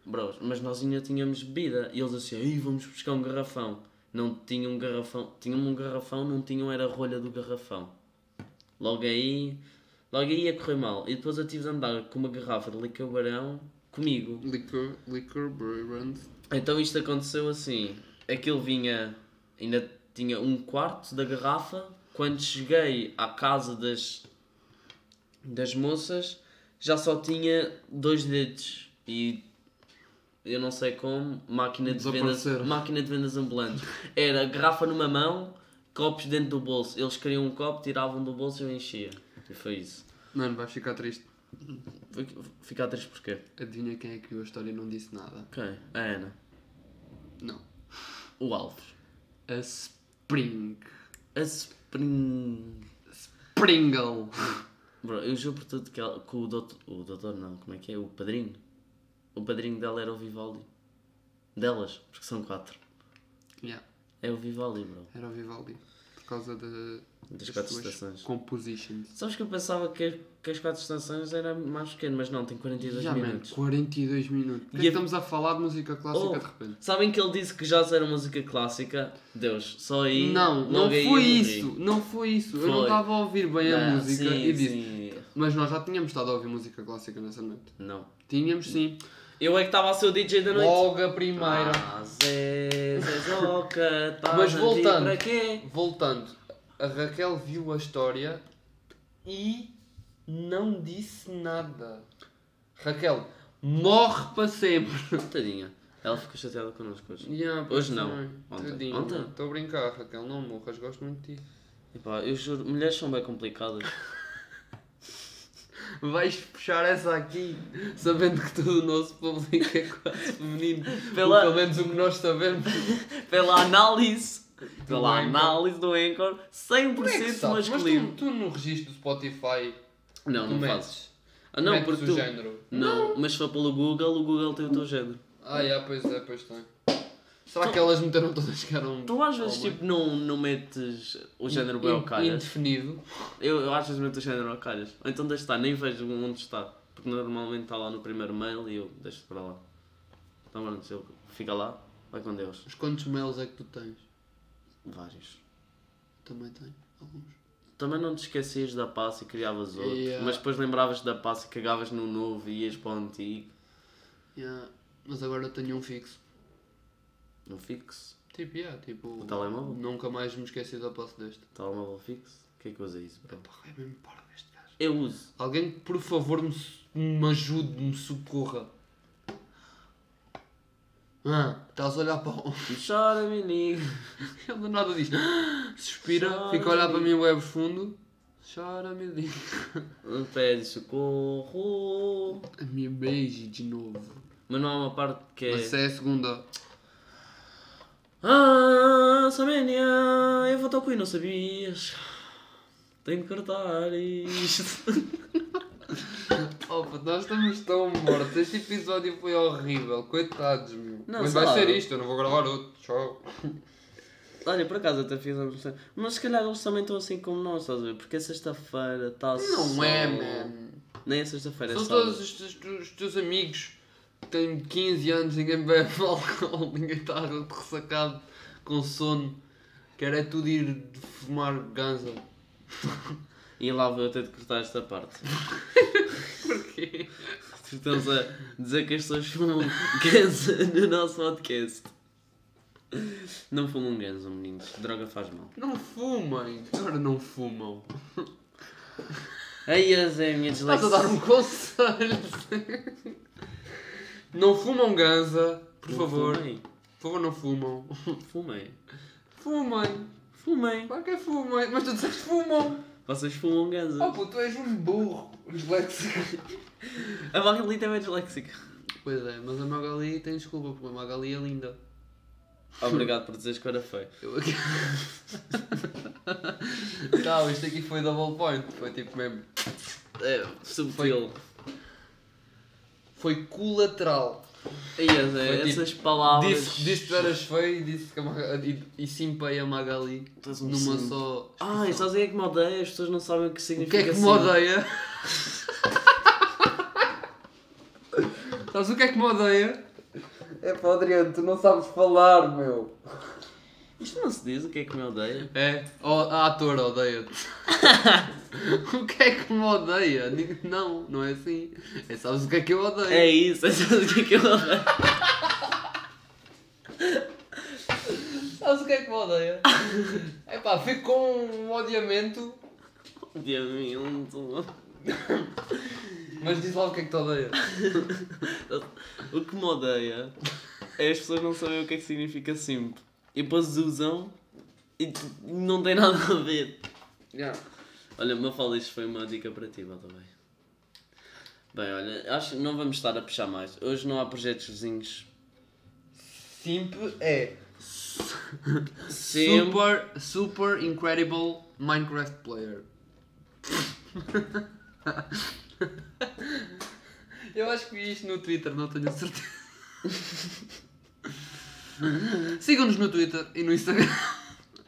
[SPEAKER 2] Bros, mas nós ainda tínhamos bebida e eles assim, aí vamos buscar um garrafão. Não tinham um garrafão, tinham um garrafão, não tinham era a rolha do garrafão. Logo aí, logo aí ia correr mal. E depois eu tive de andar com uma garrafa de licor barão comigo.
[SPEAKER 1] Liquor, liquor brand.
[SPEAKER 2] Então isto aconteceu assim. Aquilo vinha. Ainda tinha um quarto da garrafa. Quando cheguei à casa das. das moças, já só tinha dois dedos. E. Eu não sei como, máquina de vendas,
[SPEAKER 1] Desapareceram.
[SPEAKER 2] máquina de vendas ambulantes. Era garrafa numa mão, copos dentro do bolso. Eles queriam um copo, tiravam do bolso e eu enchia. E foi isso.
[SPEAKER 1] Mano, vais ficar triste.
[SPEAKER 2] Fui- Ficar triste porquê?
[SPEAKER 1] Adivinha quem é que viu a história e não disse nada?
[SPEAKER 2] Quem? A Ana.
[SPEAKER 1] Não.
[SPEAKER 2] O Alves.
[SPEAKER 1] A Spring.
[SPEAKER 2] A Spring.
[SPEAKER 1] Pringle.
[SPEAKER 2] Bro, eu juro por tudo que, ela, que o doutor. O doutor não, como é que é? O padrinho. O padrinho dela era o Vivaldi. Delas, porque são quatro.
[SPEAKER 1] Yeah,
[SPEAKER 2] É o Vivaldi, bro.
[SPEAKER 1] era o Vivaldi. Por causa de,
[SPEAKER 2] Das
[SPEAKER 1] das
[SPEAKER 2] quatro
[SPEAKER 1] suas
[SPEAKER 2] estações.
[SPEAKER 1] compositions.
[SPEAKER 2] Sabes que eu pensava que, que as quatro estações era mais pequeno, mas não, tem 42
[SPEAKER 1] Já, mano,
[SPEAKER 2] minutos.
[SPEAKER 1] 42 minutos.
[SPEAKER 2] E
[SPEAKER 1] Por que é
[SPEAKER 2] a-
[SPEAKER 1] que estamos a falar de música clássica
[SPEAKER 2] Oh.
[SPEAKER 1] de repente?
[SPEAKER 2] Sabem que ele disse que jazz era música clássica? Deus, só aí.
[SPEAKER 1] Não, não
[SPEAKER 2] logo aí
[SPEAKER 1] foi
[SPEAKER 2] eu morri.
[SPEAKER 1] isso, não foi isso. Eu não
[SPEAKER 2] Foi.
[SPEAKER 1] estava a ouvir bem a
[SPEAKER 2] Não,
[SPEAKER 1] música
[SPEAKER 2] sim,
[SPEAKER 1] e disse.
[SPEAKER 2] sim.
[SPEAKER 1] Mas nós já tínhamos estado a ouvir música clássica nessa noite.
[SPEAKER 2] Não.
[SPEAKER 1] Tínhamos sim.
[SPEAKER 2] Eu é que estava a ser o DJ da noite.
[SPEAKER 1] Logo a primeira.
[SPEAKER 2] Ah, Zé, Zé Zoca, tá
[SPEAKER 1] Mas
[SPEAKER 2] a mentir
[SPEAKER 1] voltando.
[SPEAKER 2] Para quê?
[SPEAKER 1] Voltando, a Raquel viu a história e não disse nada. Raquel, morre para sempre. [LAUGHS]
[SPEAKER 2] Tadinha, ela ficou chateada connosco hoje.
[SPEAKER 1] Yeah,
[SPEAKER 2] Hoje
[SPEAKER 1] pois
[SPEAKER 2] não.
[SPEAKER 1] bem.
[SPEAKER 2] Ontem.
[SPEAKER 1] Tadinho,
[SPEAKER 2] Ontem?
[SPEAKER 1] Estou a brincar, Raquel, não morras, gosto muito de ti.
[SPEAKER 2] Epá, eu juro, mulheres são bem complicadas.
[SPEAKER 1] Vais puxar essa aqui, sabendo que todo o nosso público é quase feminino.
[SPEAKER 2] Pela-
[SPEAKER 1] Ou Pelo menos o que nós sabemos.
[SPEAKER 2] Pela análise, pela
[SPEAKER 1] Anchor.
[SPEAKER 2] análise do Anchor, 100%
[SPEAKER 1] Como é que sabes? Mas
[SPEAKER 2] masculino.
[SPEAKER 1] tu, tu no registro do Spotify
[SPEAKER 2] Não,
[SPEAKER 1] tu
[SPEAKER 2] não
[SPEAKER 1] metes-
[SPEAKER 2] fazes. Ah, não,
[SPEAKER 1] metes
[SPEAKER 2] porque
[SPEAKER 1] o
[SPEAKER 2] tu...
[SPEAKER 1] género.
[SPEAKER 2] Não, mas se for pelo Google, o Google tem o teu género.
[SPEAKER 1] Ah, yeah, pois é, pois tem. Será que elas meteram todas que eram.
[SPEAKER 2] Tu às vezes,
[SPEAKER 1] Oh,
[SPEAKER 2] tipo, não, não metes o género bem
[SPEAKER 1] tipo, in-
[SPEAKER 2] ao calhas.
[SPEAKER 1] Indefinido.
[SPEAKER 2] Eu, eu às vezes meto o género ao calhas. Ou então deixo estar, nem vejo onde está. Porque normalmente está lá no primeiro mail e eu deixo para lá. Então, mano, se eu fica lá, vai com Deus.
[SPEAKER 1] Mas quantos mails é que tu tens?
[SPEAKER 2] Vários.
[SPEAKER 1] Também tenho. Alguns.
[SPEAKER 2] Também não te esquecias da passa e criavas outro,
[SPEAKER 1] Yeah.
[SPEAKER 2] mas depois lembravas da passa e cagavas no novo e ias para o antigo,
[SPEAKER 1] Yeah. Mas agora eu tenho um fixo.
[SPEAKER 2] no fixo,
[SPEAKER 1] Tipo, yeah, tipo.
[SPEAKER 2] O telemóvel?
[SPEAKER 1] Nunca mais me esqueci da posse deste.
[SPEAKER 2] telemóvel fixo. O que é que usa isso, bro?
[SPEAKER 1] Pá, é mesmo parvo este gajo.
[SPEAKER 2] Eu uso.
[SPEAKER 1] Alguém que por favor me, su- me ajude, me socorra. Ah, estás a olhar para o.
[SPEAKER 2] E Chora, menino.
[SPEAKER 1] Ele [LAUGHS] do nada diz. "Ah", Suspira,
[SPEAKER 2] Chora,
[SPEAKER 1] fica a olhar para
[SPEAKER 2] menino.
[SPEAKER 1] mim web fundo. Chora, me [LAUGHS] diz.
[SPEAKER 2] Pede socorro.
[SPEAKER 1] Me beije de novo.
[SPEAKER 2] Mas não há uma parte que é.
[SPEAKER 1] Essa é a segunda.
[SPEAKER 2] Ah, Samenia, eu vou tocar o cu e não sabias. Tenho que cortar
[SPEAKER 1] [LAUGHS]
[SPEAKER 2] isto.
[SPEAKER 1] Opa, nós estamos tão mortos. Este episódio foi horrível. Coitados, meu.
[SPEAKER 2] Não,
[SPEAKER 1] Mas
[SPEAKER 2] sei
[SPEAKER 1] vai
[SPEAKER 2] lá.
[SPEAKER 1] ser isto, eu não vou gravar outro. Tchau.
[SPEAKER 2] Olha, por acaso até fiz a versão. Mas se calhar eles também estão assim como nós, estás a ver? Porque é sexta-feira está
[SPEAKER 1] Não é, man.
[SPEAKER 2] Nem é sexta-feira, é
[SPEAKER 1] São
[SPEAKER 2] sábado.
[SPEAKER 1] todos os, teus- os teus amigos que têm 15 anos, ninguém bebe [LAUGHS] álcool, ninguém está ressacado com sono. Quer é tudo ir de fumar ganza.
[SPEAKER 2] E lá vou eu ter de cortar esta parte.
[SPEAKER 1] [LAUGHS] Porquê?
[SPEAKER 2] Estamos a dizer que as pessoas fumam ganza no nosso podcast. Não fumam ganza, meninos. Droga faz mal.
[SPEAKER 1] Não fumem. Agora não fumam.
[SPEAKER 2] Aí é a Zé, minha
[SPEAKER 1] Estás a
[SPEAKER 2] dislexia.
[SPEAKER 1] dar um conselho. Não fumam ganza, por
[SPEAKER 2] Não
[SPEAKER 1] favor.
[SPEAKER 2] Fumem.
[SPEAKER 1] Por favor, não fumam.
[SPEAKER 2] Fumem.
[SPEAKER 1] Fumem.
[SPEAKER 2] Fumem.
[SPEAKER 1] Claro que é fumo, mas tu disseste fumam.
[SPEAKER 2] Vocês fumam ganza.
[SPEAKER 1] Oh puto, tu és um burro. Disléxico.
[SPEAKER 2] A Magali também é disléxica.
[SPEAKER 1] Pois é, mas a Magali tem desculpa, porque a Magali é linda.
[SPEAKER 2] Obrigado por dizeres que eu era feio.
[SPEAKER 1] Eu aqui. [LAUGHS] Não, isto aqui foi double point. Foi tipo mesmo.
[SPEAKER 2] É, subtil.
[SPEAKER 1] Foi colateral.
[SPEAKER 2] E as-
[SPEAKER 1] é,
[SPEAKER 2] essas palavras.
[SPEAKER 1] Disse, disse que tu eras feio e disse que a Magali. E, e simpei a Magali
[SPEAKER 2] Estás um
[SPEAKER 1] numa
[SPEAKER 2] simp.
[SPEAKER 1] só.
[SPEAKER 2] Ai, sabes o que é que me odeia? As pessoas não sabem o que
[SPEAKER 1] O
[SPEAKER 2] significa
[SPEAKER 1] que é que me
[SPEAKER 2] simp.
[SPEAKER 1] odeia? Sabes o que é que me odeia? É para Adriano, tu não sabes falar, meu.
[SPEAKER 2] Isto não se diz o que é que me odeia.
[SPEAKER 1] É, ó, a ator odeia-te. [LAUGHS] o que é que me odeia? Digo, Não, não é assim. É sabes o que é que eu odeio.
[SPEAKER 2] É isso, [LAUGHS] é sabes o que é que eu odeio.
[SPEAKER 1] Sabes o que é que me odeia? é pá, fico com um odiamento,
[SPEAKER 2] Odiamento.
[SPEAKER 1] mas diz lá o que é que te odeia.
[SPEAKER 2] O que me odeia é as pessoas não saberem o que é que significa simp. E depois usam e t- não tem nada a ver. Olha, meu fala, isto foi uma dica para ti, Bota, bem. Bem, olha, acho que não vamos estar a puxar mais. Hoje não há projetos vizinhos.
[SPEAKER 1] Simp é
[SPEAKER 2] Simp.
[SPEAKER 1] super, super incredible Minecraft player. [LAUGHS] Eu acho que vi isto no Twitter, não tenho a [LAUGHS] certeza. Sigam-nos no Twitter e no Instagram.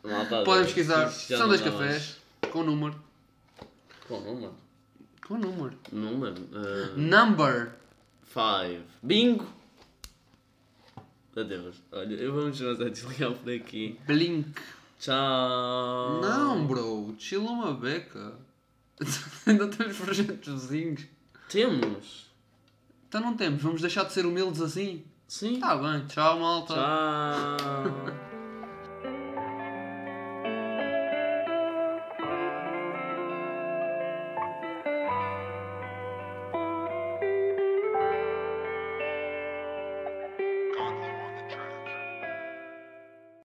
[SPEAKER 2] Malta,
[SPEAKER 1] Podem
[SPEAKER 2] olha,
[SPEAKER 1] pesquisar.
[SPEAKER 2] isto já
[SPEAKER 1] São
[SPEAKER 2] não
[SPEAKER 1] dois
[SPEAKER 2] dá mais.
[SPEAKER 1] cafés. Com número.
[SPEAKER 2] Qual número?
[SPEAKER 1] Com número.
[SPEAKER 2] Número? Uh,
[SPEAKER 1] Number.
[SPEAKER 2] five. Bingo! Adeus. Olha, eu vamos nós a desligar por aqui.
[SPEAKER 1] Blink.
[SPEAKER 2] Tchau!
[SPEAKER 1] Ah. Não, bro. Chila uma beca. [LAUGHS] Ainda temos projetos vizinhos.
[SPEAKER 2] Temos!
[SPEAKER 1] Então não temos. Vamos deixar de ser humildes assim?
[SPEAKER 2] Sim!
[SPEAKER 1] Tá bem. Tchau, malta.
[SPEAKER 2] Tchau!